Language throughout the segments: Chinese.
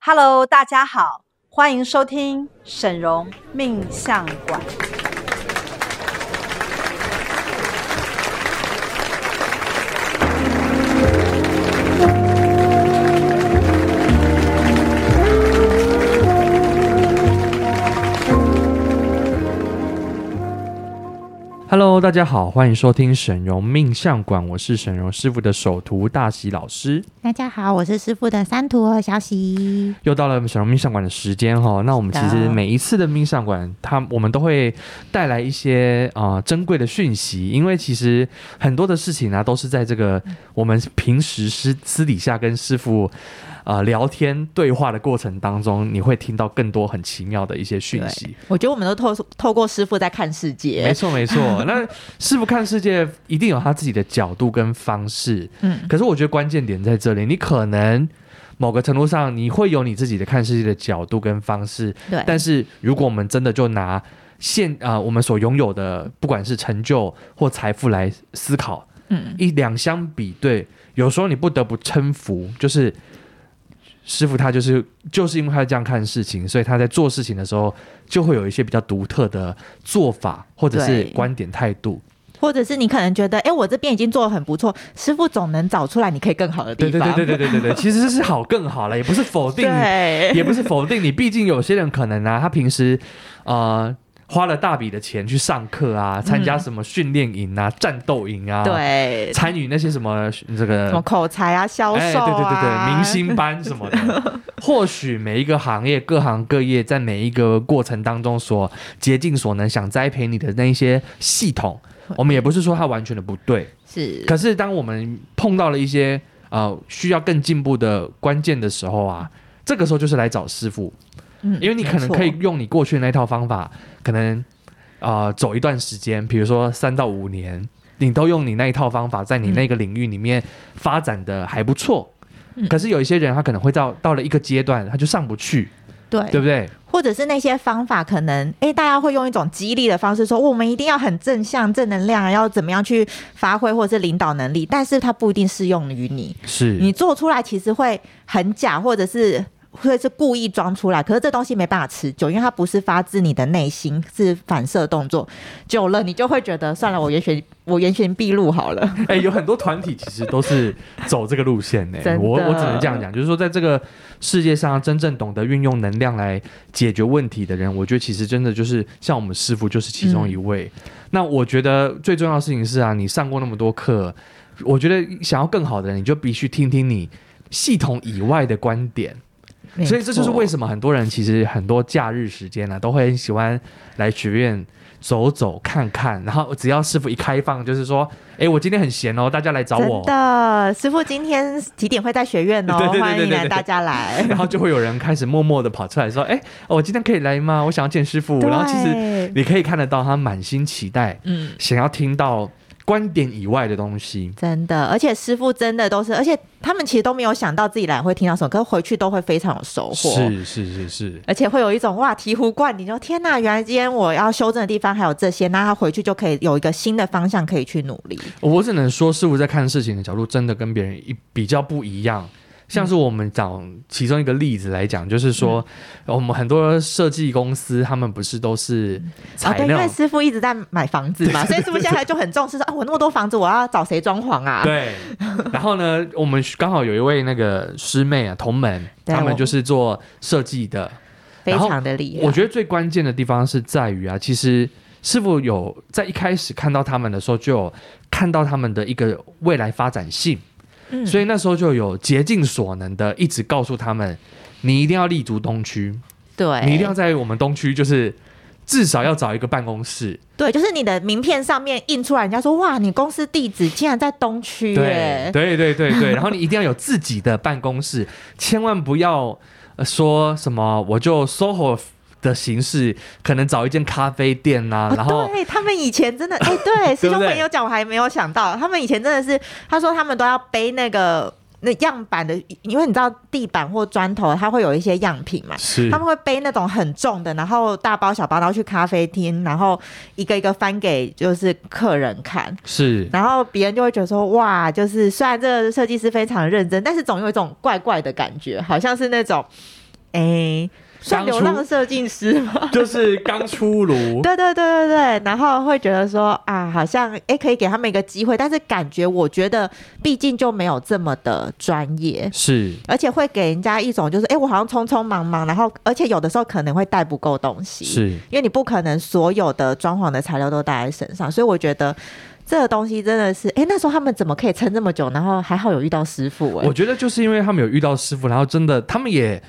Hello，大家好，欢迎收听沈荣命相馆。 Hello，大家好，欢迎收听沈荣命相馆，我是沈荣师傅的首徒大喜老师。大家好，我是师傅的三徒儿小喜。又到了沈荣命相馆的时间哈、那我们其是实的每一次的命相馆，它我们都会带来一些啊、呃珍贵的讯息，因为其实很多的事情啊，都是在这个我们平时私私底下跟师傅。啊、聊天对话的过程当中，你会听到更多很奇妙的一些讯息。我觉得我们都透透过师傅在看世界没，错没错，那师傅看世界一定有他自己的角度跟方式，嗯，可是我觉得关键点在这里，你可能某个程度上你会有你自己的看世界的角度跟方式，对但是如果我们真的就拿现啊、我们所拥有的不管是成就或财富来思考，嗯，一两相比对，有时候你不得不称服，就是。师傅他就是就是因为他这样看事情，所以他在做事情的时候就会有一些比较独特的做法或者是对观点态度。或者是你可能觉得，哎、我这边已经做的很不错，师傅总能找出来你可以更好的地对对方。对对对对对对，其实是好更好了，也不是否定，对也不是否定你，毕竟有些人可能啊，他平时呃花了大笔的钱去上课啊，参加什么训练营啊、战斗营啊，，对参与那些什么呃这个什么口才啊、销售啊、哎，对对对对，明星班什么的， 或许每一个行业、各行各业在每一个过程当中所竭尽所能想栽培你的那一些系统，嗯我们也不是说它完全的不对，是可是当我们碰到了一些呃需要更进步的关键的时候啊，这个时候就是来找师傅，嗯因为你可能可以没错用你过去的那套方法，可能啊、呃走一段时间，比如说三到五年，你都用你那一套方法，在嗯你那个领域里面发展的还不错。嗯可是有一些人，他可能会到到了一个阶段，他就上不去，对对不对？或者是那些方法，可能哎、诶大家会用一种激励的方式说，哦我们一定要很正向、正能量，要怎么样去发挥或者是领导能力，但是它不一定适用于你。你是，做出来其实会很假，或者是会是故意装出来，可是这东西没办法持久，因为它不是发自你的内心，是反射动作，久了你就会觉得算了，我原形我原形毕露好了，哎、有很多团体其实都是走这个路线呢、真的我我只能这样讲，就是说，在这个世界上，啊真正懂得运用能量来解决问题的人，我觉得其实真的就是像我们师傅就是其中一嗯位。那我觉得最重要的事情是啊，你上过那么多课，我觉得想要更好的人，你就必须听听你系统以外的观点。 所以这就是为么什么很多人其实很多假日时间呢、都会很喜欢来学院走走看看。然后只要师傅一开放，就是说，哎，我今天很闲哦，大家来找真我。 的师傅今天几点会在学院哦？对对对对欢对迎对来大 家来。然后就会有人开始默默的跑出来说，哎，哦我今天可以来吗？我想要见师傅。对然后其实你可以看得到他满心期待，嗯，想要听到观点以外的东西。真的，而且师傅真的都是，而且他们其实都没有想到自己来会听到什么，可是回去都会非常有收获。是是是是，而且会有一种哇醍醐灌顶，就天呐，原来今天我要修正的地方还有这些，那他回去就可以有一个新的方向可以去努力。我只能说，师傅在看事情的角度真的跟别人一比较不一样。像是我们找其中一个例子来讲，就是说，我们很多设计公司他们不是都是啊，采对，因那为种、师傅一直在买房 子嘛，所以师傅现在就很重视说，啊，我那么多房子，我要找谁装潢啊？对，然后呢，我们刚好有一位那个师妹啊，同门，对他们我就是做设计的，非然后常的厉害。我觉得最关键的地方是在于啊，其实师傅有在一开始看到他们的时候，就有看到他们的一个未来发展性，嗯所以那时候就有竭尽所能的一直告诉他们，你一定要立足东区，对，你一定要在我们东区就是。至少要找一个办公室，对，就是你的名片上面印出来，人家说哇，你公司地址竟然在东区对耶。对对对对，然后你一定要有自己的办公室，千万不要、呃说什么我就 SOHO 的形式，可能找一间咖啡店呐、哦然后对他们以 前真的，哎、对，师对兄不对朋友讲，我还没有想到，他们以前真的是，他说他们都要背那个那样板的，因为你知道地板或砖头，它会有一些样品嘛，是他们会背那种很重的，然后大包小包，然后去咖啡厅，然后一个一个翻给就是客人看，是然后别人就会觉得说，哇，就是虽然这个设计师非常认真，但是总有一种怪怪的感觉，好像是那种。哎，算流浪设计师吗？就是刚出炉，对对对对对，然后会觉得说啊，好像哎可以给他们一个机会，但是感觉我觉得毕竟就没有这么的专业，是而且会给人家一种就是哎我好像匆匆忙忙，然后而且有的时候可能会带不够东西，是，因为你不可能所有的装潢的材料都带在身上，所以我觉得这个东西真的是，哎、那时候他们怎么可以撑这么久？然后还好有遇到师傅、诶我觉得就是因为他们有遇到师傅，然后真的他们也。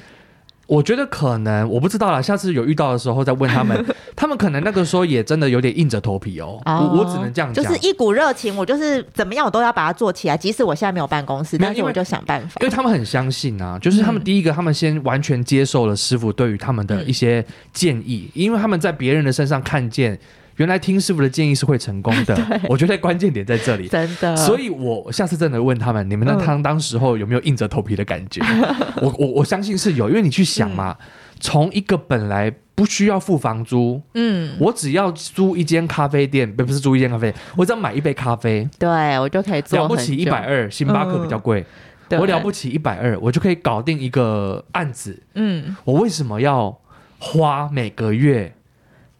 我觉得可能我不知道啦，下次有遇到的时候再问他 们，他们可能那个时候也真的有点硬着头皮哦。哦我我只能这样就讲，是一股热情，我就是怎么样我都要把它做起来，即使我现在没有办公室，没有但是因为我就想办法因为。他们很相信啊，就是他们嗯第一个，他们先完全接受了师傅对于他们的一些建议，因为他们在别人的身上看见，原来听师傅的建议是会成功 的。我觉得关键点在这里。真的，所以以，我下次真的问他们，你们那呃嗯当当时候有没有硬着头皮的感 觉？我我我相信是有，因为你去想嘛，从一个本来不需要付房租，嗯，我只要租一间咖啡店，不不是租一间咖啡，我只要买一杯咖啡，对我就可以做了不很起一久嗯百，二，星巴克比较贵，对我了不起一百二，我就可以搞定一个案子。嗯，我为什么要花每个月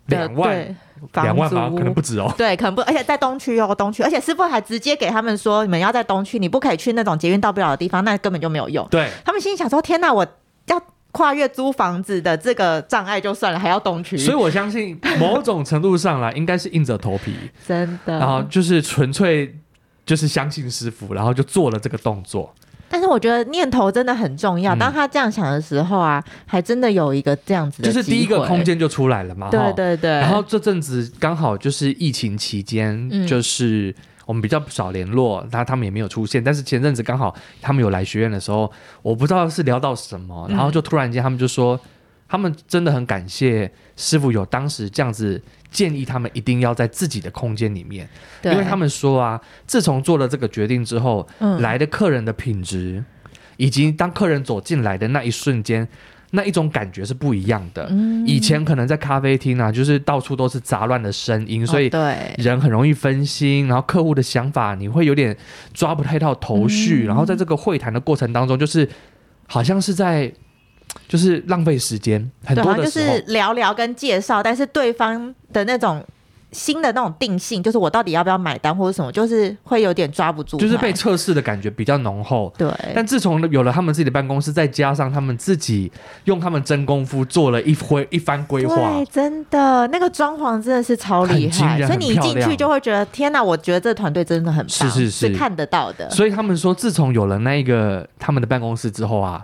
对两万对房两万租吗？可能不止哦。对，可能不，而且在东区哦，东区，而且师傅还直接给他们说，你们要在东区，你不可以去那种捷运到不了的地方，那根本就没有用。 对，他们心里想说：“天哪，我要跨越租房子的这个障碍就算了，还要东区，所以我相信某种程度上来，应该是硬着头皮，真的。然后就是纯粹就是相信师傅，然后就做了这个动作。但是我觉得念头真的很重要。嗯当他这样想的时候啊，还真的有一个这样子的就机会，是第一个空间就出来了嘛，对哈对对，然后这阵子刚好就是疫情期间，嗯就是我们比较少联络，那他们也没有出现。但是前阵子刚好他们有来学院的时候，我不知道是聊到什么，嗯然后就突然间他们就说，他们真的很感谢师傅有当时这样子建议他们一定要在自己的空间里面，因对为他们说啊，自从做了这个决定之后，嗯来的客人的品质，以及当客人走进来的那一瞬间，那一种感觉是不一样的。嗯以前可能在咖啡厅啊，就是到处都是杂乱的声音，所哦以对人很容易分心，然后客户的想法你会有点抓不太到头嗯绪，然后在这个会谈的过程当中，就是好像是在就是浪费时间，很对，啊多好像的就时候是聊聊跟介绍，但是对方的那种。新的那种定性，就是我到底要不要买单或者什么，就是会有点抓不住他，就是被测试的感觉比较浓厚。对，但自从有了他们自己的办公室，再加上他们自己用他们真功夫做了一回一番规划对，，真的，那个装潢真的是超厉很惊害，人所以你一很漂进去亮就会觉得天哪！我觉得这团队真的很棒，是是是看得到的。所以他们说，自从有了那一个他们的办公室之后啊，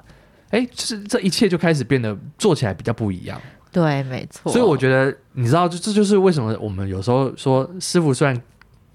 哎，就是这一切就开始变得做起来比较不一样。对，没错。所以我觉得，你知道，就这就是为什么我们有时候说，师傅虽然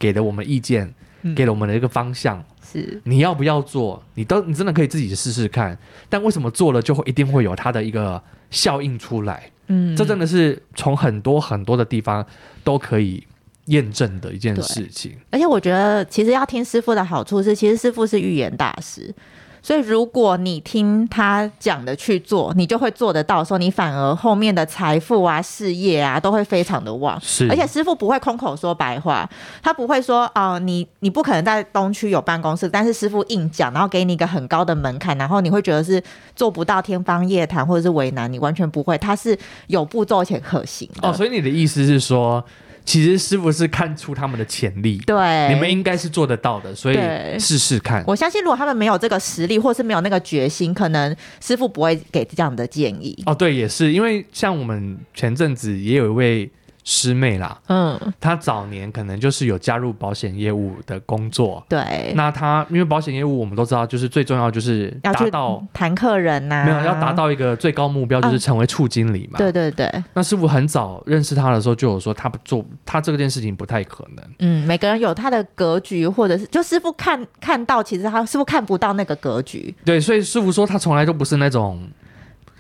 给了我们意见，嗯给了我们的一个方向，是你要不要做，你都你真的可以自己试试看。但为什么做了就会一定会有它的一个效应出来？嗯，这真的是从很多很多的地方都可以验证的一件事情。而且我觉得，其实要听师傅的好处是，其实师傅是预言大师，所以如果你听他讲的去做，你就会做得到的时候，你反而后面的财富啊、事业啊都会非常的旺。是而且师傅不会空口说白话，他不会说哦、你你不可能在东区有办公室，但是师傅硬讲，然后给你一个很高的门槛，然后你会觉得是做不到天方夜谭或者是为难你，完全不会，他是有步骤且可行的。哦，所以你的意思是说，其实师傅是看出他们的潜力，对，你们应该是做得到的，所以对试试看。我相信，如果他们没有这个实力，或是没有那个决心，可能师傅不会给这样的建议。哦，对，也是，因为像我们前阵子也有一位师妹啦，嗯，她早年可能就是有加入保险业务的工作，对，那她因为保险业务我们都知道，就是最重要就是要达去到。谈客人呐、没有，要达。到一个最高目标，就是成为处经理嘛。嗯对对对，那师傅很早认识他的时候就有说，他不做他这件事情不太可能。嗯，每个人有他的格局，或者是就师傅看看到，其实他师傅看不到那个格局，对，所以师傅说他从来都不是那种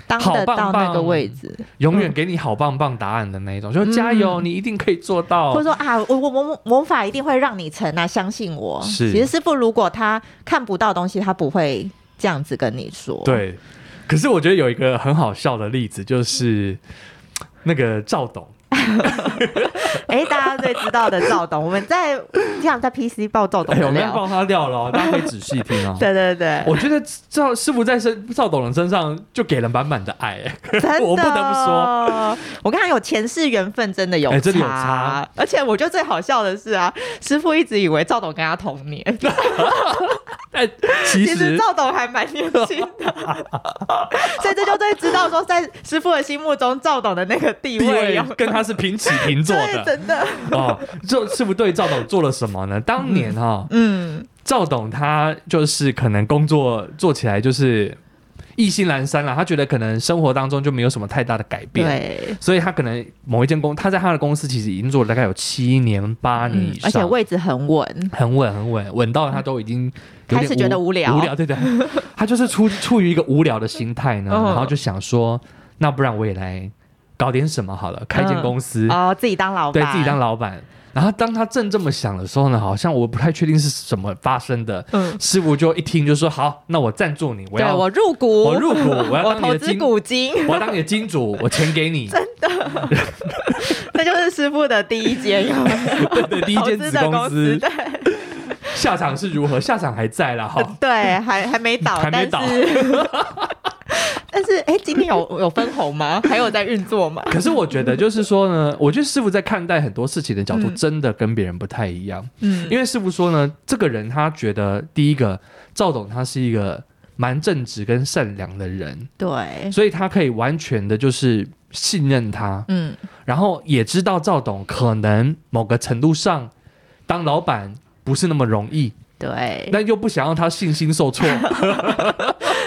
当好得棒到那个棒位置，永远给你好棒棒答案的那一种，就加油，你一定可以做到嗯或者。说啊，我我魔魔法一定会让你成啊，相信我。是其实师傅如果他看不到东西，他不会这样子跟你说。，对，可是我觉得有一个很好笑的例子，就是那个赵董，哎、大家最知道的赵董，我们在这样在 PC 报赵董哎、的我们要料，爆他料了哦，大家可以仔细听 哦。对对对，我觉得赵师傅在身赵董的身上就给了满满的爱、哎真 的，我不得不说， 我跟他有前世缘分，真的有哎真的有差而且我觉得最好笑的是啊，师傅一直以为赵董跟他同年，但其 其实实赵董还蛮年 轻的， 所以这就最知道说，在师傅的心目中，赵董的那个地地位位有跟他是平起平坐 对，的真的，哦。这师傅对赵董做了什么呢？当年哈、嗯，赵董他就是可能工作做起来就是意兴阑珊了，他觉得可能生活当中就没有什么太大的改变，对，所以他可能某一间公，他在他的公司其实已经做了大概有七年八年以嗯而上，且位置很稳， 很稳很稳，稳到他都已经有点嗯开始觉得无聊无聊 对对，他就是出处于一个无聊的心态呢，嗯然后就想说，那不然我也来搞点什么好了，开一间公司，哦，自己当老板，对自己当，老板。然后当他正这么想的时候呢，好像我不太确定是什么发生的，嗯，师傅就一听就说：“好，那我赞助你，我对要我入股，我入股，我要我当你投的资金，股金， 我要当你的金主，我钱给你。”这就是师傅的第一间对对， 第一投间资子的公司，司对下场是如何？下场还在啦， 哈，呃对，还还没倒，哦还没倒但是 但是哎，今年有有分红吗？还有在运 作吗？可是我觉得就是说 呢，我觉得师傅在看待很多事情的角度嗯真的跟别人不太一样，嗯，因为师傅说呢，这个人他觉得第一个赵董他是一个蛮正直跟善良的人，对，所以他可以完全的就是信任他，嗯，然后也知道赵董可能某个程度上当老板不是那么容易，对，但又不想让他信心受 挫，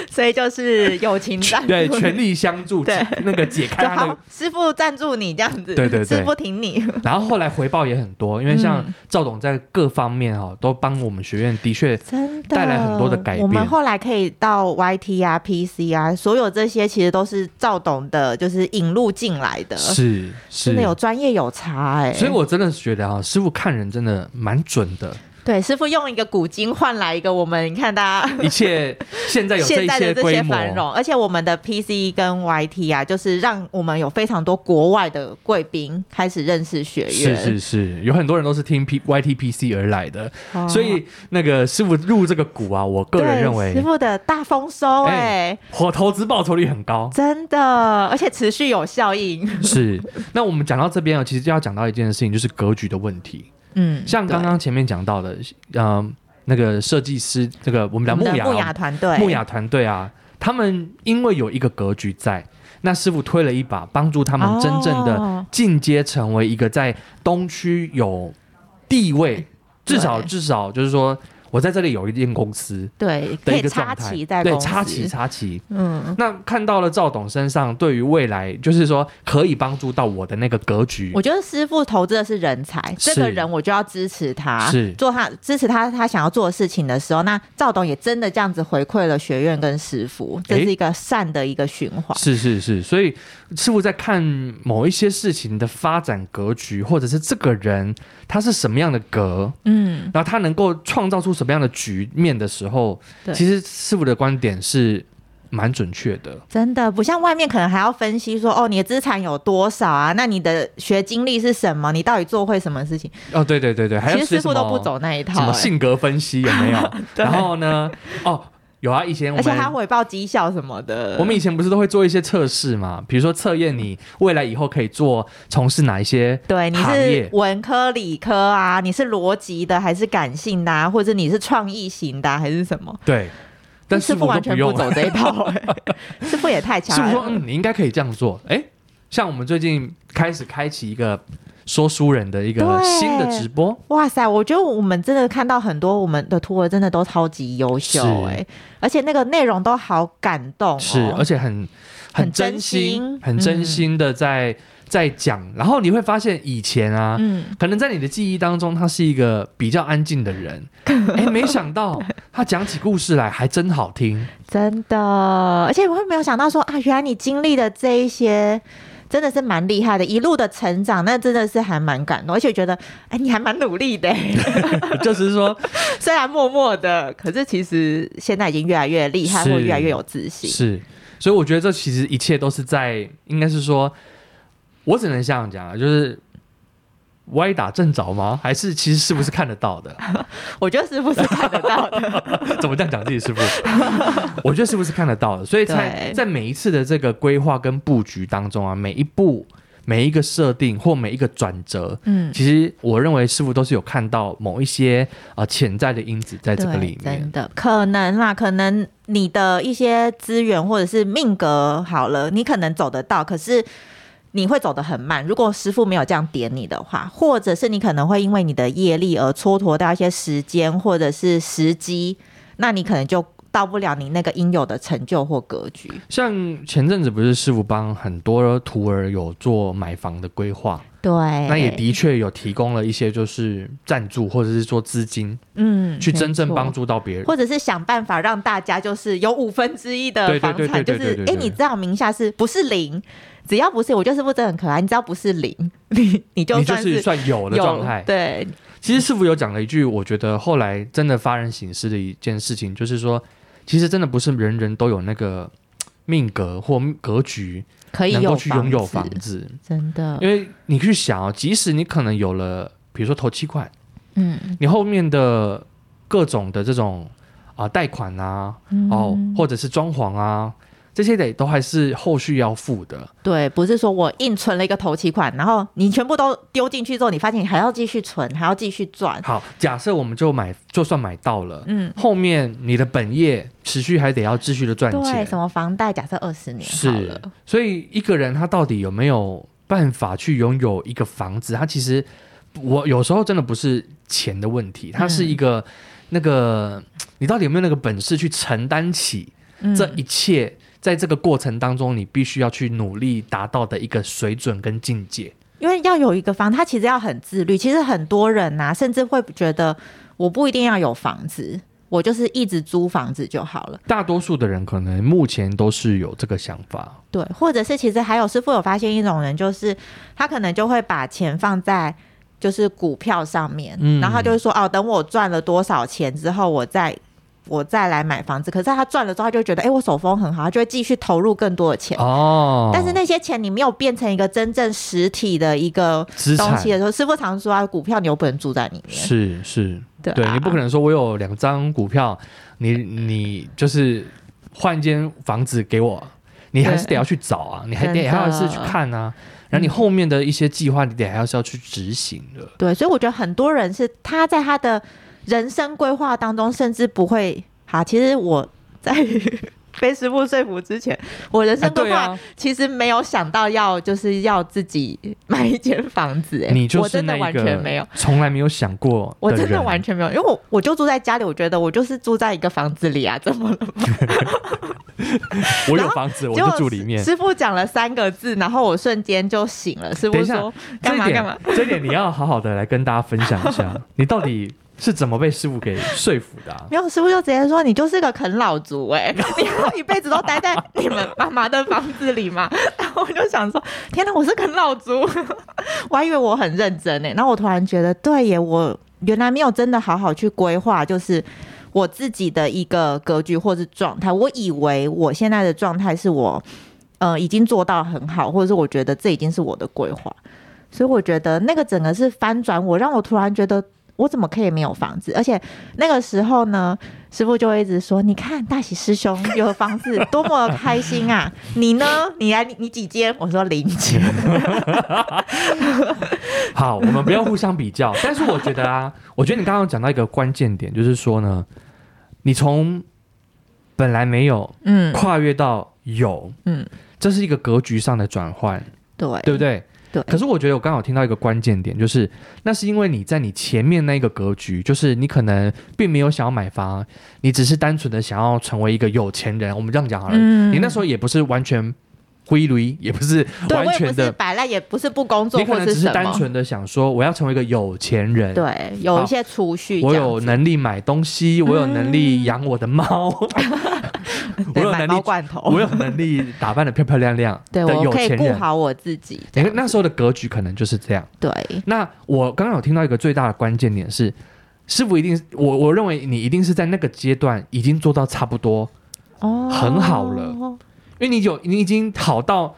所以就是友情赞助，对，全力相助，对那个解开就他的好。，师傅赞助你这样子，对对对师傅挺你， 然后后来回报也很多，因为像嗯赵董在各方面哈、都帮我们学院的确真的 带来很多的改变我们后来可以到 YT 啊、PC 啊，所有这些其实都是赵董的，就是引入进来的，是是呃真的有专业有差哎、所以我真的觉得啊，师傅看人真的蛮准 的，对师傅用一个古今换来一个我们，你看大家。一切现在有这现一在的这规些模，繁荣，而且我们的 PC 跟 YT 啊，就是让我们有非常多国外的贵宾开始认识学是院，是是，有很多人都是听 P YTPC 而来的，哦所以那个师傅入这个股啊，我个人对认师为，傅的大丰收哎、。我投资报酬率很高 真的，而且持续有效应。是，那我们讲到这边啊，其实就要讲到一件事情，就是格局的问题。嗯，像刚刚前面讲到的，呃，那个设计师，这个我们对讲我们木的雅木雅团队，木雅团队啊，他们因为有一个格局在，那师傅推了一把，帮助他们真正的哦进阶成为一个在东区有地位，至少哎对至少就是说，我在这里有一间公司对，可的一以个插状态旗，在对公司插旗，插旗。嗯，那看到了赵董身上对于未来，就是说可以帮助到我的那个格局我，觉得师傅投资的是人才，嗯是这个人我就要支持他，是做他支持他他想要做的事情的时候，那赵董也真的这样子回馈了学院跟师傅，这诶是一个善的一个循环。是是是，所以师傅在看某一些事情的发展格局，或者是这个人他是什么样的格，嗯，然后他能够创造出什么样的局面的时候，对其实师傅的观点是蛮准确的。真的不像外面可能还要分析说，哦，你的资产有多少啊？那你的学经历是什么？你到底做会什么事情？哦，对对对对，还有其实师傅什么都不走那一套、什么欸性格分析有 没有？然后呢，哦，有啊，以前我而且他们。回报绩效什么的。我们以前不是都会做一些测试嘛，比如说测验你未来以后可以做从事哪一些对，你行是业，文科、理科啊？你是逻辑的还是感性的啊？或者你是创意型的、啊、还是什么？对，但师师傅傅完都全用不，走这一套、欸， 师傅也太师强傅说了。嗯，你应该可以这样做。哎，像我们最近开始开启一个说书人的一个对新的直播，哇塞！我觉得我们真的看到很多我们的托儿真的都超级优秀是哎、而且那个内容都好感动、哦。是，而且很很很真真心心、嗯很真心的在、在讲。然后你会发现，以前啊，嗯，可能在你的记忆当中，他是一个比较安静的人。哎，没想到他讲起故事来还真好听。 真的，而且我会没有想到说啊，原来你经历的这一些。真的是蛮厉害的，一路的成长，那真的是还蛮感动，而且觉得，哎，你还蛮努力的，欸 就是说，虽然默默的，可是其实现在已经越来越厉害，是或越来越有自信。是，所以我觉得这其实一切都是在，应该是说，我只能这样讲啊，就是歪打正着吗？还是其实师傅是看得到的？ 我觉得师傅是看得到的，怎么这样讲自己师傅？ 我觉得师傅是看得到的，所以才对在每一次的这个规划跟布局当中啊，每一步、每一个设定或每一个转折，嗯，其实我认为师傅都是有看到某一些啊潜、在的因子在这个对里面真。的可能啦，可能你的一些资源或者是命格好了，你可能走得到，可是。你会走得很慢，如果师傅没有这样点你的话，或者是你可能会因为你的业力而蹉跎到一些时间或者是时机，那你可能就到不了你那个应有的成就或格局。像前阵子不是师傅帮很多徒儿有做买房的规划，对，那那也的确有提供了一些就是赞助或者是说资金，嗯，去真正没错帮助到别人。或者是想办法让大家就是有五分之一的对对房对对产，就对对是对对哎，你这样名下是不是零？只要不是，我觉得师傅真的很可爱。你只要不是零， 你你就你就算是算有的状态，对，其实师傅有讲了一句，我觉得后来真的发人省思的一件事情，就是说，其实真的不是人人都有那个嘖命格或格局可以能有够去拥有房房子，子，真的，因为你去想哦，即使你可能有了，比如说头期款，嗯，你后面的各种的这种啊、贷款啊，嗯哦，或者是装潢啊，这些得都还是后续要付的。对，不是说我硬存了一个头期款，然后你全部都丢进去之后，你发现你还要继续存，还要继续赚，好，假设我们就买，就算买到了，嗯，后面你的本业持续还得要继续的赚对，钱，什么房贷，假设二十年好是了，，所以一个人他到底有没有办法去拥有一个房子？他其实我有时候真的不是钱的问题，它是嗯一个、那个你到底有没有那个本事去承担起这一切？在这个过程当中，你必须要去努力达到的一个水准跟境界。因为要有一个房，他其实要很自律。其实很多人呐、甚至会觉得我不一定要有房子，我就是一直租房子就好了。大多数的人可能目前都是有这个想法，对，或者是其实还有师傅有发现一种人，就是他可能就会把钱放在就是股票上面，嗯然后他就会说哦，等我赚了多少钱之后，我再。我再来买房子，可是他赚了之后，他就会觉得，哎、我手风很好，他就会继续投入更多的钱。哦，但是那些钱你没有变成一个真正实体的一个资东产西的时候，师傅常说啊，股票你又不能住在里面。是是，对啊对你不可能说我有两张股票，你你就是换一间房子给我，你还是得要去找啊，你还真得的还要是去看啊，然后你后面的一些计划，你得还要是要去执行的。对，所以我觉得很多人是他在他的人生规划当中，甚至不会好。其实我在 被师傅说服之前，我人生哎规对划啊其实没有想到要就是要自己买一间房子、哎，你就我是真的那完个全没有。从来没有想过我人真的完全没有，因为我我就住在家里，我觉得我就是住在一个房子里啊，怎么了吗？ 我有然后房子，我结果就住里 面。师傅讲了三个字，然后我瞬间就醒了。师等傅一下说干嘛这一干点嘛？，这一点你要好好的来跟大家分享一 下，你到底是怎么被师傅给说服的、啊？没有，师傅就直接说你就是个啃老族哎、你要一辈子都待在你们妈妈的房子里嘛。然后我就想说，天哪，我是啃老族， 我还以为我很认真哎、然后我突然觉得，对耶，我原来没有真的好好去规划，就是我自己的一个格局或是状态。我以为我现在的状态是我呃已经做到很好，或者是我觉得这已经是我的规划。所以我觉得那个整个是翻转我，让我突然觉得我怎么可以没有房子？而且那个时候呢，师傅就会一直说：“你看大喜 师兄有房子，多么开心啊！你呢？你来，你你几间？”我说零间。好，我们不要互相比较，但是我觉得啊， 我觉得你刚刚讲到一个关键点，就是说呢，你从本来没有嗯，跨越到有，嗯嗯，这是一个格局上的转换，对，对不对？对可是我觉得我刚好听到一个关键点，就是那是因为你在你前面那个格局，就是你可能并没有想要买房，你只是单纯的想要成为一个有钱人。我们这样讲好了，嗯你那时候也不是完全灰驴，也不是对完我也全不是的。摆烂，也不是不工作，你可能或只是什单么。纯的想说，我要成为一个有钱人，对，有一些储蓄，我有，能力买东西，我有能嗯力养我的 猫，我对，有买能猫力，罐头，我有能力打扮的漂漂亮亮对的我有可以钱顾人。好我自己。你看那时候的格局可能就是这样。对，那我刚刚有听到一个最大的关键点是，师傅一定，我我认为你一定是在那个阶段已经做到差不多，哦很好了因为你有你已经好到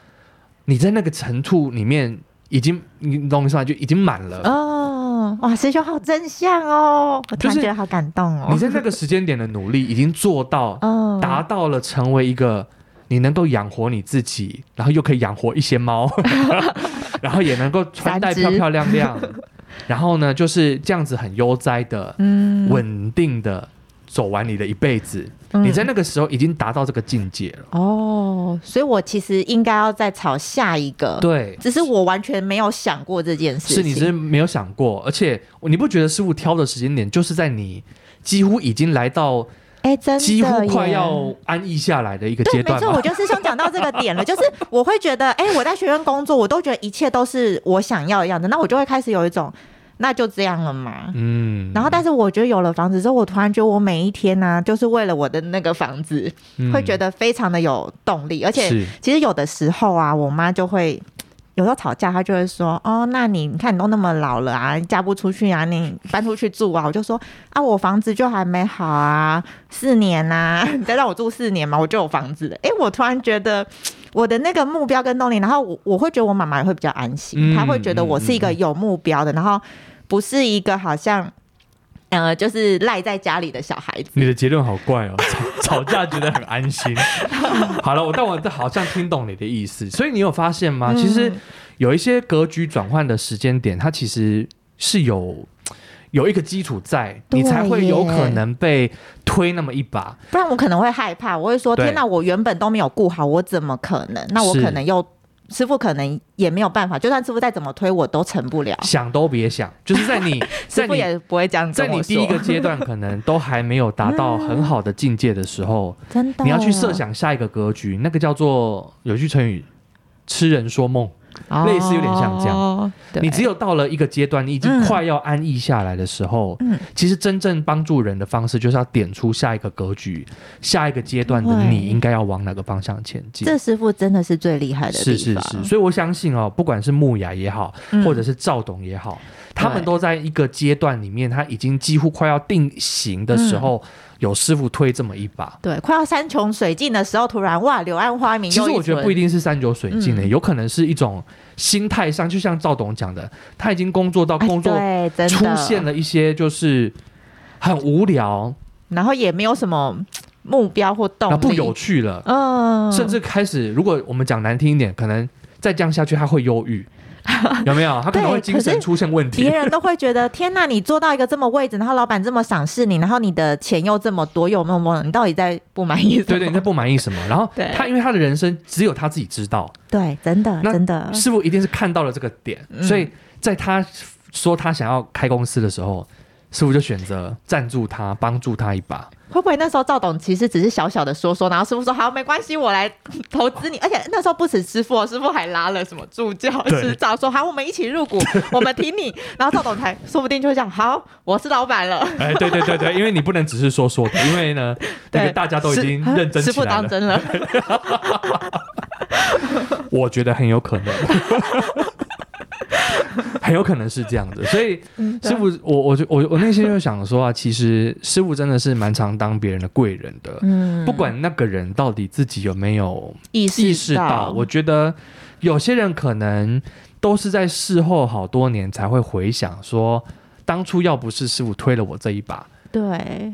你在那个程度里面已经你懂我意思吗？就已经满了。哦，哇，师兄好正向哦，我突然就是觉得好感动哦。你在那个时间点的努力已经做到，哦达到了成为一个你能够养活你自己，然后又可以养活一些 猫，然后也能够穿戴 三只漂漂亮亮，然后呢就是这样子很悠哉的、嗯稳定的走完你的一辈子。嗯你在那个时候已经达到这个境界了，哦，所以我其实应该要再炒下一个，，对。只是我完全没有想过这件事情。是你是没有想过，而且你不觉得师傅挑的时间点就是在你几乎已经来到哎、真的几乎快耶要安逸下来的一个对，阶没段错，吗我？觉得师兄讲到这个点了，就是我会觉得，哎、我在学院工作，我都觉得一切都是我想要的样子，那我就会开始有一种，那就这样了嘛。嗯然后，但是我觉得有了房子之后，我突然觉得我每一天呢、就是为了我的那个房子，会觉得得非常的有动力。而且，嗯是其实有的时候啊，我妈就会有时候吵架，她就会说：“哦，那你你看你都那么老了啊，嫁不出去啊，你搬出去住啊。”我就说：“啊，我房子就还没好啊， 四年呐、你再让我住四年嘛，我就有房子了。”诶，我突然觉得。我的那个目标跟动力，然后我我会觉得我妈妈也会比较安心，嗯她会觉得我是一个有目标的，然后不是一个好像呃就是赖在家里的小孩子。你的结论好怪哦，吵吵 架觉得很安 心。好了，我但我好像听懂你的意思，所以你有发现吗？嗯其实有一些格局转换的时间点，它其实是有有一个基础在，对你才会有耶可能被推那么一把。不然我可能会害怕，我会说：对天哪，我原本都没有顾好，我怎么可能？那我是可能又师傅可能也没有办法，就算师傅再怎么推，我都成不了。想都别想，就是在你 师在傅你也不会这样在跟你我第一说。个阶段，可能都还没有达到很好的境界的时候， 真的，哦你要去设想下一个格局，那个叫做有一句成语“痴人说梦”。哦，类似有点像这样。你只有到了一个阶段，你已经嗯快要安逸下来的时候，嗯其实真正帮助人的方式就是要点出下一个格局、下一个阶段的对你应该要往哪个方向前进。这师傅真的是最厉害的是地是方，是，所以我相信哦，不管是木雅也好，嗯或者是赵董也好，他们对都在一个阶段里面，他已经几乎快要定型的时候，嗯有师傅推这么一把。对，快要山穷水尽的时候，突然哇，柳暗花明其又实一我觉得村不一定是三九水尽的、嗯有可能是一种心态上，就像赵董讲的，他已经工作到哎工作对真的出现了一些就是很无聊，然后也没有什么目标或动然后力，不有趣了，嗯，甚至开始，如果我们讲难听一点，可能再这样下去他会忧 郁，有没有？他可能会对精可神是出现问题别。人都会觉得天呐，你做到一个这么位置，然后老板这么赏识你，然后你的钱又这么多，又么么，你到底在不满意什么？对对，你在不满意什么？然后对他因为他的人生只有他自己知道，对真的那真的，师傅一定是看到了这个点，嗯所以在他说他想要开公司的时候，师傅就选择赞助他，帮助他一把。会不会那时候赵董其实只是小小的说说，然后师傅说好没关系，我来投资你，而且那时候不止师傅哦，师傅还拉了什么助教对师 长说好， 我们一起入股，我们挺你，然后赵董才说不定就会讲好，我是老板了，哎，对对对对，因为你不能只是说说的，因为呢，那个对大家都已师经认真师起傅来当了。 真了，我觉得很有可能， 很有可能是这样子。所以师傅，我我就我我内心就想说啊，其实师傅真的是蛮常当别人的贵人的，嗯不管那个人到底自己有没有意意识到，到，我觉得有些人可能都是在事后好多年才会回想说。当初要不是师傅推了我这一把，对。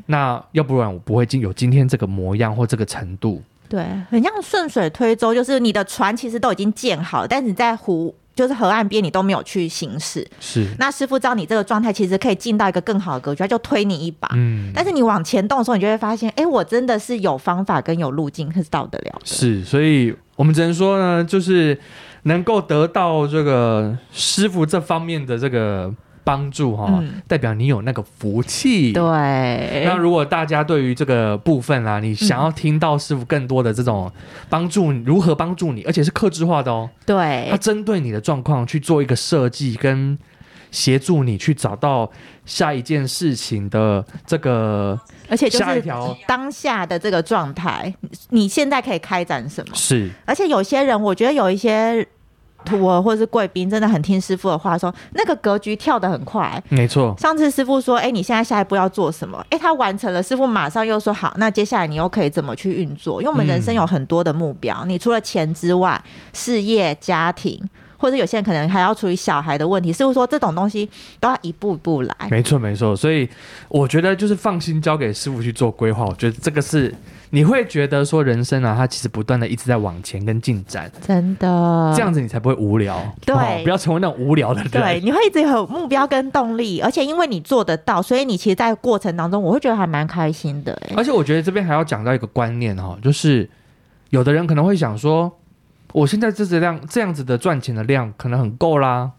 那要不然我不会今有今天这个模样或这个程度。对，很像顺水推舟，就是你的船其实都已经建好了，但是你在湖。就是河岸边，你都没有去行驶。是，那师傅知道你这个状态，其实可以进到一个更好的格局，他就推你一把。嗯，但是你往前动的时候，你就会发现，哎、我真的是有方法跟有路径，是到得了的。是，所以我们只能说呢，就是能够得到这个师傅这方面的这个帮助哈、嗯代表你有那个福气。对那，如果大家对于这个部分啦、你想要听到师傅更多的这种帮助，如何帮助你，而且是克制化的哦，他对，针对你的状况去做一个设计跟。协助你去找到下一件事情的这个而且就下一是条当下的这个状态，你现在可以开展什么？是而且有些人，我觉得有一些徒儿或是贵宾，真的很听师傅的话说那个格局跳得很快、没错，上次师傅说：“哎、你现在下一步要做什么？”哎、他完成了，师傅马上又说：“好，那接下来你又可以怎么去运作？”因为我们人生有很多的目标，你除了钱之外，事业、家庭。或者有些人可能还要处理小孩的问题，是不是说这种东西都要一步一步来？没错，没错，所以我觉得就是放心交给师傅去做规划，我觉得这个是你会觉得说人生啊，它其实不断的一直在往前跟进展，真的这样子你才不会无聊，嗯对哦不要成为那种无聊的人，对，你会一直有目标跟动力，而且因为你做得到，所以你其实，在过程当中，我会觉得还蛮开心的、欸。而且我觉得这边还要讲到一个观念哈、哦，就是有的人可能会想说，我现在这质量这样子的赚钱的量可能很够啦，啊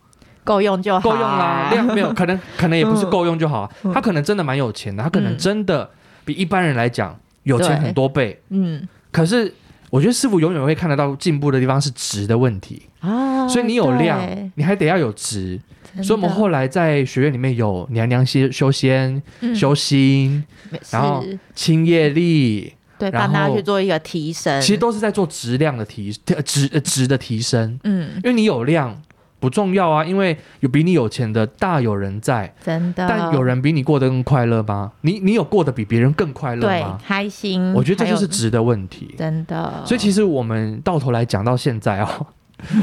够用就好，够用 啦，量没有可能可能也不是够用就好啊，嗯他可能真的蛮有钱的，他可能真的比一般人来讲有钱很多倍，嗯可是。我觉得师傅永远会看得到进步的地方是值的问题，啊，所以你有量对，，你还得要有值。真所以我们的后来在学院里面有娘娘修修仙、嗯修心，然后是清业力，对然帮大家后去做一个提升，其实都是在做质量的提呃值呃值的提升，嗯，因为你有量不重要啊，因为有比你有钱的大有人在，真的，但有人比你过得更快乐吗？你你有过得比别人更快乐对吗？开心，我觉得这还有就是值的问题。真的，所以其实我们到头来讲到现在哦，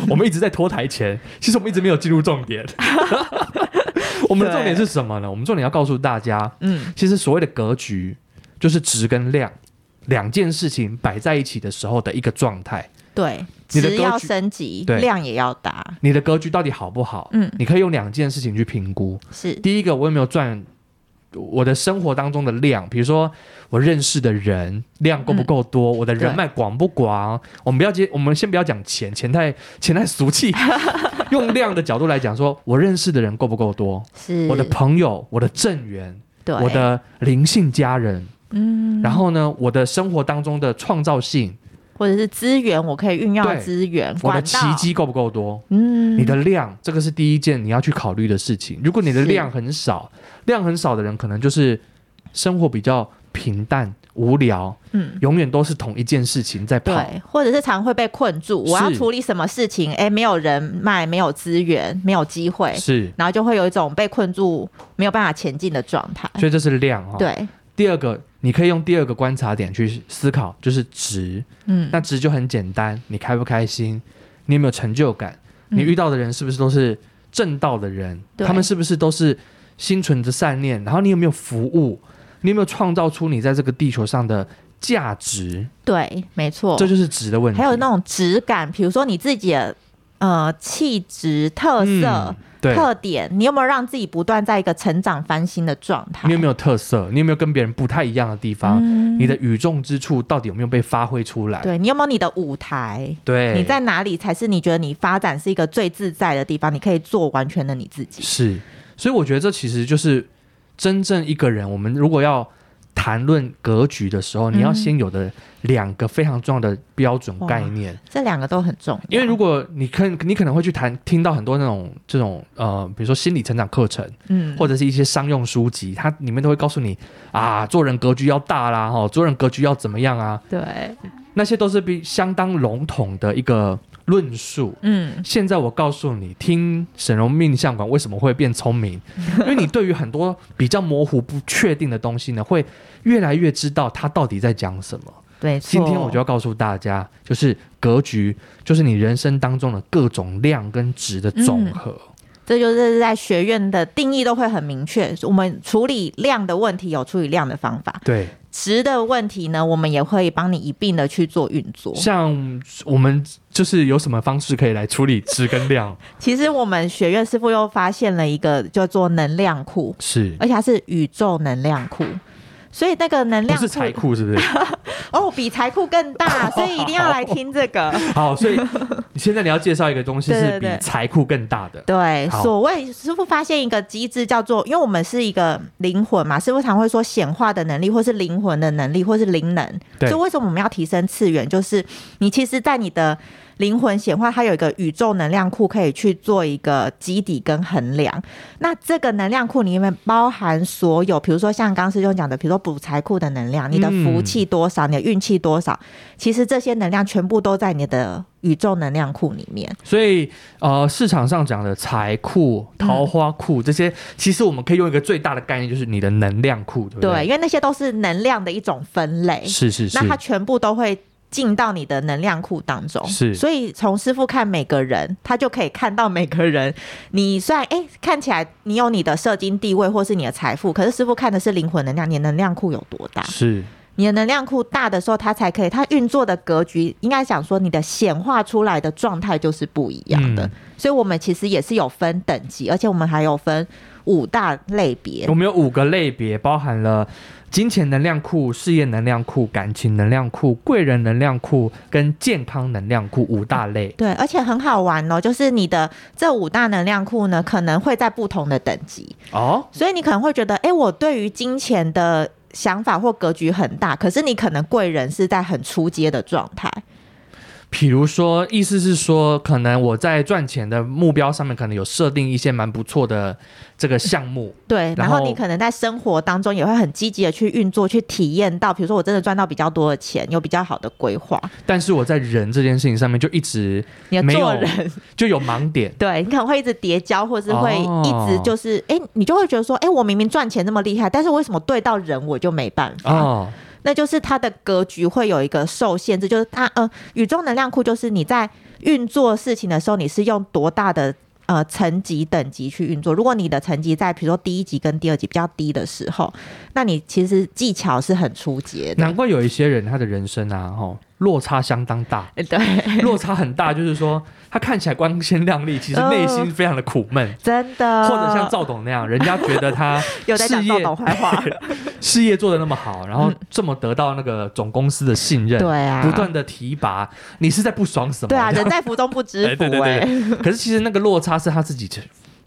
我们一直在拖台前，其实我们一直没有进入重 点。我们的重点是什么呢？我们重点要告诉大家，嗯其实所谓的格局就是值跟量两件事情摆在一起的时候的一个状态。对，你的值格要局升级，对量也要大，你的格局到底好不好？嗯你可以用两件事情去评估。是第一个，我有没有赚我的生活当中的量，比如说我认识的人量够不够多，我的人脉广不广？我们不要接，我们先不要讲钱，钱太钱太俗 气。用量的角度来讲说，我认识的人够不够多？是我的朋友，我的正缘，对我的灵性家人，嗯，然后呢，我的生活当中的创造性，或者是资源，我可以运用的对资源，我管的道奇，迹够不够多？嗯，你的量，这个是第一件你要去考虑的事情。如果你的是量很少，量很少的人可能就是生活比较平淡、无聊，嗯。永远都是同一件事情在跑。对，或者是常会被困住。我要是处理什么事情？哎，没有人脉，没有资源，没有机会，是，然后就会有一种被困住、没有办法前进的状态。所以这是量哦。，对，第二个你可以用第二个观察点去思考，就是值。嗯，那值就很简单，你开不开心，你有没有成就感，你遇到的人是不是都是正道的人，嗯对他们是不是都是心存着善念，然后你有没有服务，你有没有创造出你在这个地球上的价值，对，没错。这就是值的问题。哦还有那种质感，比如说你自己的呃气质、特色嗯、对。特点，你有没有让自己不断在一个成长翻新的状态？你有没有特色？你有没有跟别人不太一样的地方？你的与众之处到底有没有被发挥出来？嗯对你有没有你的舞台？对，你在哪里才是你觉得你发展是一个最自在的地方？你可以做完全的你自己。是，所以我觉得这其实就是真正一个人，我们如果要谈论格局的时候，你要嗯先有的两个非常重要的标准概念。这两个都很重要，因为如果你可你可能会去谈听到很多那种这种呃，比如说心理成长课程，嗯，或者是一些商用书籍，它里面都会告诉你啊，做人格局要大啦，哦，做人格局要怎么样啊，对，那些都是比相当笼统的一个论述。嗯，现在我告诉你，听沈荣命相馆为什么会变聪 明，因为你对于很多比较模糊、不确定的东西呢，会越来越知道他到底在讲什么。没错。今天我就要告诉大家，就是格局，就是你人生当中的各种量跟值的总和。这就是在学院的定义都会很明确。我们处理量的问题有处理量的方法，对，值的问题呢，我们也会帮你一并的去做运作。像我们就是有什么方式可以来处理值跟量？其实我们学院师傅又发现了一个叫做能量库， 是，而且它是宇宙能量库。所以那个能不量是财库是不 是？哦，比财库更大，所以一定要来听这个。好，所以你现在你要介绍一个东西对是对比对财库更大的。对，好所谓师傅发现一个机制叫做，因为我们是一个灵魂嘛，师傅常会说显化的能力，或是灵魂的能力，或是灵能。对所以为什么我们要提升次元？就是你其实，在你的灵魂显化，它有一个宇宙能量库，可以去做一个基底跟衡量。那这个能量库里面包含所有，比如说像刚师兄讲的，比如说补财库的能量，你的福嗯气多少，你的运气多少，其实这些能量全部都在你的宇宙能量库里面。所以，呃，市场上讲的财库、桃花库、这些，其实我们可以用一个最大的概念，就是你的能量库，对不对，对？因为那些都是能量的一种分类，是是是那，它全部都会进到你的能量库当中。是所以从师傅看每个人，他就可以看到每个人。你虽然哎、看起来你有你的社经地位或是你的财富，可是师傅看的是灵魂能量，你的能量库有多大？是你的能量库大的时候，它才可以，它运作的格局应该讲说，你的显化出来的状态就是不一样的。嗯所以我们其实也是有分等级，而且我们还有分五大类别我。们有五个类别，包含了金钱能量库、事业能量库、感情能量库、贵人能量库跟健康能量库五大类。对，而且很好玩哦，就是你的这五大能量库呢，可能会在不同的等级，哦，所以你可能会觉得，哎，我对于金钱的想法或格局很大，可是你可能贵人是在很出阶的状态。比如说，意思是说，可能我在赚钱的目标上面，可能有设定一些蛮不错的这个项目。对，然然后后你可能在生活当中也会很积极的去运作、去体验到，比如说我真的赚到比较多的钱，有比较好的规划，但是我在人这件事情上面就一直你的没有做人，就有盲 点，对你可能会一直叠交，或是会哦一直就是，哎、你就会觉得说，哎、我明明赚钱那么厉害，但是为什么对到人我就没办法？哦，那就是它的格局会有一个受限制，就是它呃，宇宙能量库就是你在运作事情的时候，你是用多大的呃层级等级去运作。如果你的层级在比如说第一级跟第二级比较低的时候， 那你其实技巧是很出阶的。难怪有一些人他的人生啊，吼、落差相当 大，对，落差很大，就是说他看起来光鲜亮丽，呃其实内心非常的苦闷。真的，或者像赵董那样，人家觉得他呃 有在讲事赵业董坏话， 嗯事业做得那么好，然后这么得到那个总公司的信任，对啊，不断的提拔，你是在不爽什么？对啊，人在福中不 知 哎福对对哎、嗯对。可是其实那个落差是他自己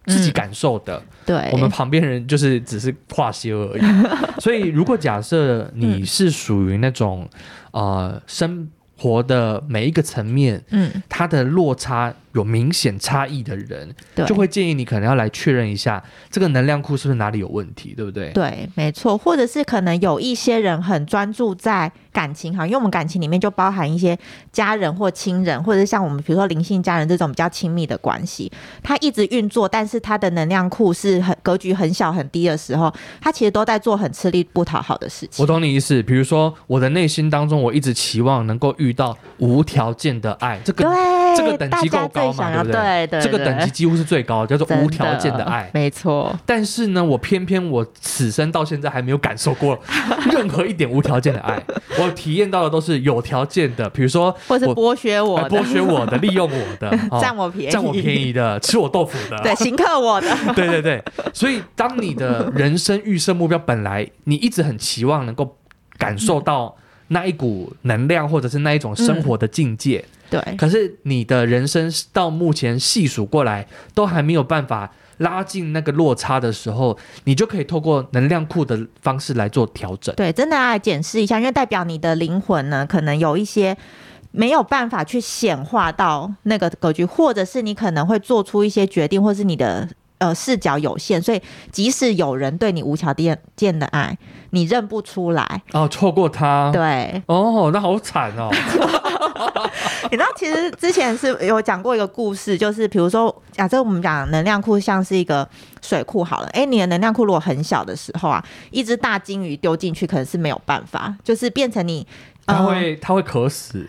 自己感受的，对，我们旁边人就是只是跨些而 已。所以如果假设你嗯是属于那种、呃生活的每一个层面，嗯它的落差有明显差异的人，对就会建议你可能要来确认一下这个能量库是不是哪里有问题，对不对？对，没错，或者是可能有一些人很专注在感情哈，因为我们感情里面就包含一些家人或亲人，或者是像我们比如说灵性家人这种比较亲密的关系，他一直运作，但是他的能量库是很格局很小很低的时候，他其实都在做很吃力不讨好的事我情。懂你意思，比如说我的内心当中，我一直期望能够遇到无条件的爱，这个对，这个等大级够家高最嘛想要对不对对对，这个对等级几乎是最高的，叫做真无条件的爱。没错，但是呢，我偏偏我此生到现在还没有感受 过任何一点无条件的爱，我体验到的都是有条件的，比如说或是我剥削我哎的，剥削我的、利用我 的、哦占我便宜，占我便，宜的、吃我豆腐的，对，行克我的， 对对对，所以当你的人生预设目标本来你一直很期望能够感受到那一股能量，或者是那一种生活的境界，对。可是你的人生到目前细数过来，都还没有办法拉近那个落差的时候，你就可以透过能量库的方式来做调整。对，真的要来检视一下，因为代表你的灵魂呢，可能有一些没有办法去显化到那个格局，或者是你可能会做出一些决定，或是你的。呃，视角有限，所以即使有人对你无条件件的爱，你认不出来。哦，错过它，对，哦，那好惨 哦，你知道，其实之前是有讲过一个故事，就是比如说，假设我们讲能量库像是一个水库好了，哎、你的能量库如果很小的时候啊，一只大金鱼丢进去可能是没有办法，就是变成你。它呃会它会渴死，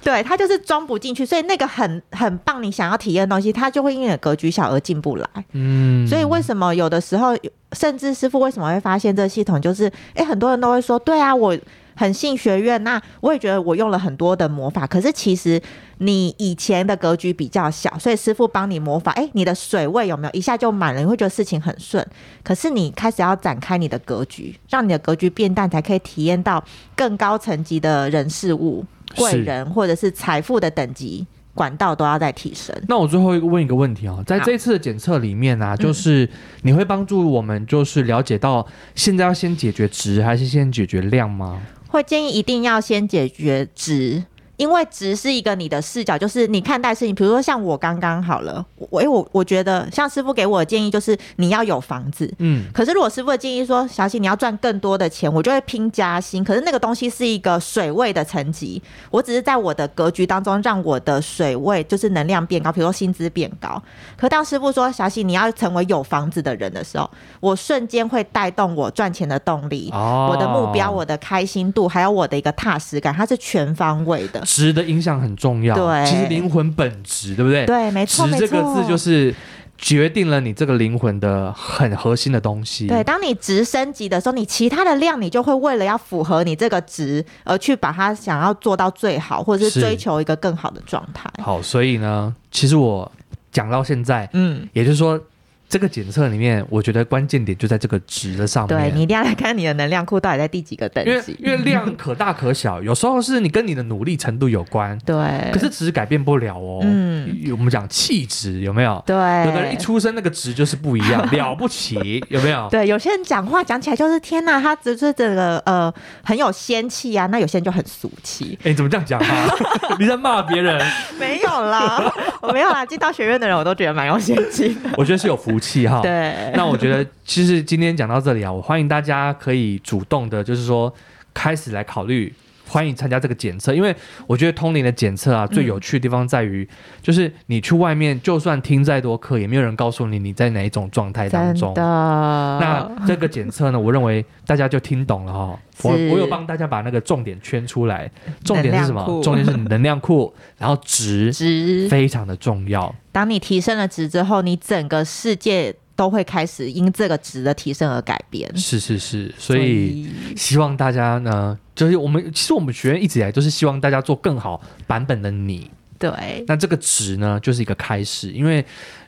对，它就是装不进去，所以那个很很棒，你想要体验的东西，它就会因为你的格局小而进不来。嗯，所以为什么有的时候，甚至师傅为什么会发现这个系统，就是诶，很多人都会说，对啊，我很信学院，那我也觉得我用了很多的魔法，可是其实你以前的格局比较小，所以师傅帮你魔法，诶，你的水位有没有一下就满了？你会觉得事情很顺，可是你开始要展开你的格局，让你的格局变大，才可以体验到更高层级的人事物、贵是人或者是财富的等级管道都要在提升。那我最后一个问一个问题哦，在这一次的检测里面嗯啊，就是你会帮助我们，就是了解到现在要先解决值还是先解决量吗？会建议一定要先解决值，因为值是一个你的视角，就是你看待事情。比如说像我刚刚好了，我诶我我觉得像师傅给我的建议就是你要有房子，嗯，可是如果师傅的建议说小新你要赚更多的钱，我就会拼加薪。可是那个东西是一个水位的层级，我只是在我的格局当中让我的水位就是能量变高，比如说薪资变高。可当师傅说小新你要成为有房子的人的时候，我瞬间会带动我赚钱的动力。哦我的目标、我的开心度，还有我的一个踏实感，它是全方位的。值的影响很重要，对其实灵魂本质，对不对？对，没值错，没这个错字就是决定了你这个灵魂的很核心的东西，对，当你值升级的时候，你其他的量你就会为了要符合你这个值而去把它想要做到最好，或者是是追求一个更好的状态。好，所以呢，其实我讲到现在，嗯，也就是说，这个检测里面，我觉得关键点就在这个值的上对面。你一定要来看你的能量库到底在第几个等因为级。因为量可大可 小，有时候是你跟你的努力程度有关，对，可是值改变不了哦。嗯有我们讲气质有没有？对，有的人一出生那个值就是不一 样，了不起，有没有？对，有些人讲话讲起来就是天呐，他只是这个呃很有仙气啊，那有些人就很俗气。哎，你怎么这样讲啊？ 你在骂别人？没有啦， 我没有啦，进到学院的人我都觉得蛮有仙气的。我觉得是有福气 哈。对，那我觉得，其实今天讲到这里啊，我欢迎大家可以主动的，就是说开始来考虑，欢迎参加这个检测，因为我觉得通灵的检测啊，最嗯有趣的地方在于，就是你去外面，就算听再多课，也没有人告诉你你在哪一种状态当真中的。。那那这个检测呢，我认为大家就听懂了哈、我是我有帮大家把那个重点圈出来，重点是什么能量？库重点是能量库，然后值值非常的重要。当你提升了值之后，你整个世界都会开始因这个值的提升而改变。是是是，所以希望大家呢，就是我们其实我们学院一直以来都是希望大家做更好版本的你。对，那这个值呢，就是一个开始，因为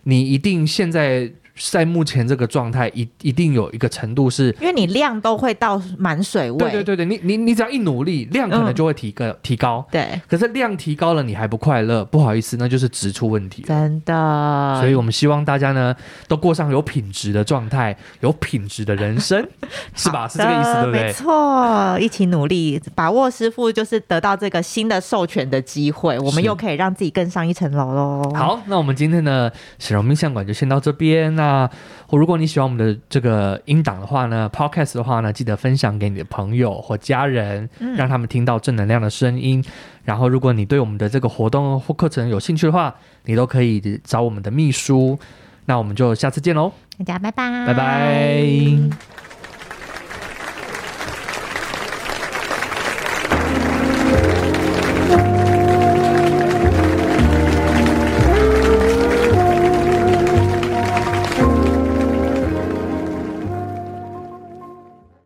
你一定现在在目前这个状态，一一定有一个程度是。因为你量都会到满水位，对对对对，你你你只要一努力，量可能嗯就会提个、提高。对可是量提高了，你还不快乐，不好意思，那就是值出问题了。真的。所以我们希望大家呢，都过上有品质的状态，有品质的人 生，是吧？是这个意思，对不对没？错，一起努力，把握师傅就是得到这个新的授权的机会，我们是又可以让自己更上一层楼嗯喽。，好，那我们今天的沈荣命相馆就先到这边。那如果你喜欢我们的这个音档的话呢，Podcast 的话呢，记得分享给你的朋友或家人，嗯让他们听到正能量的声音。然后，如果你对我们的这个活动或课程有兴趣的话，你都可以找我们的秘书。那我们就下次见喽，大家拜拜，拜拜。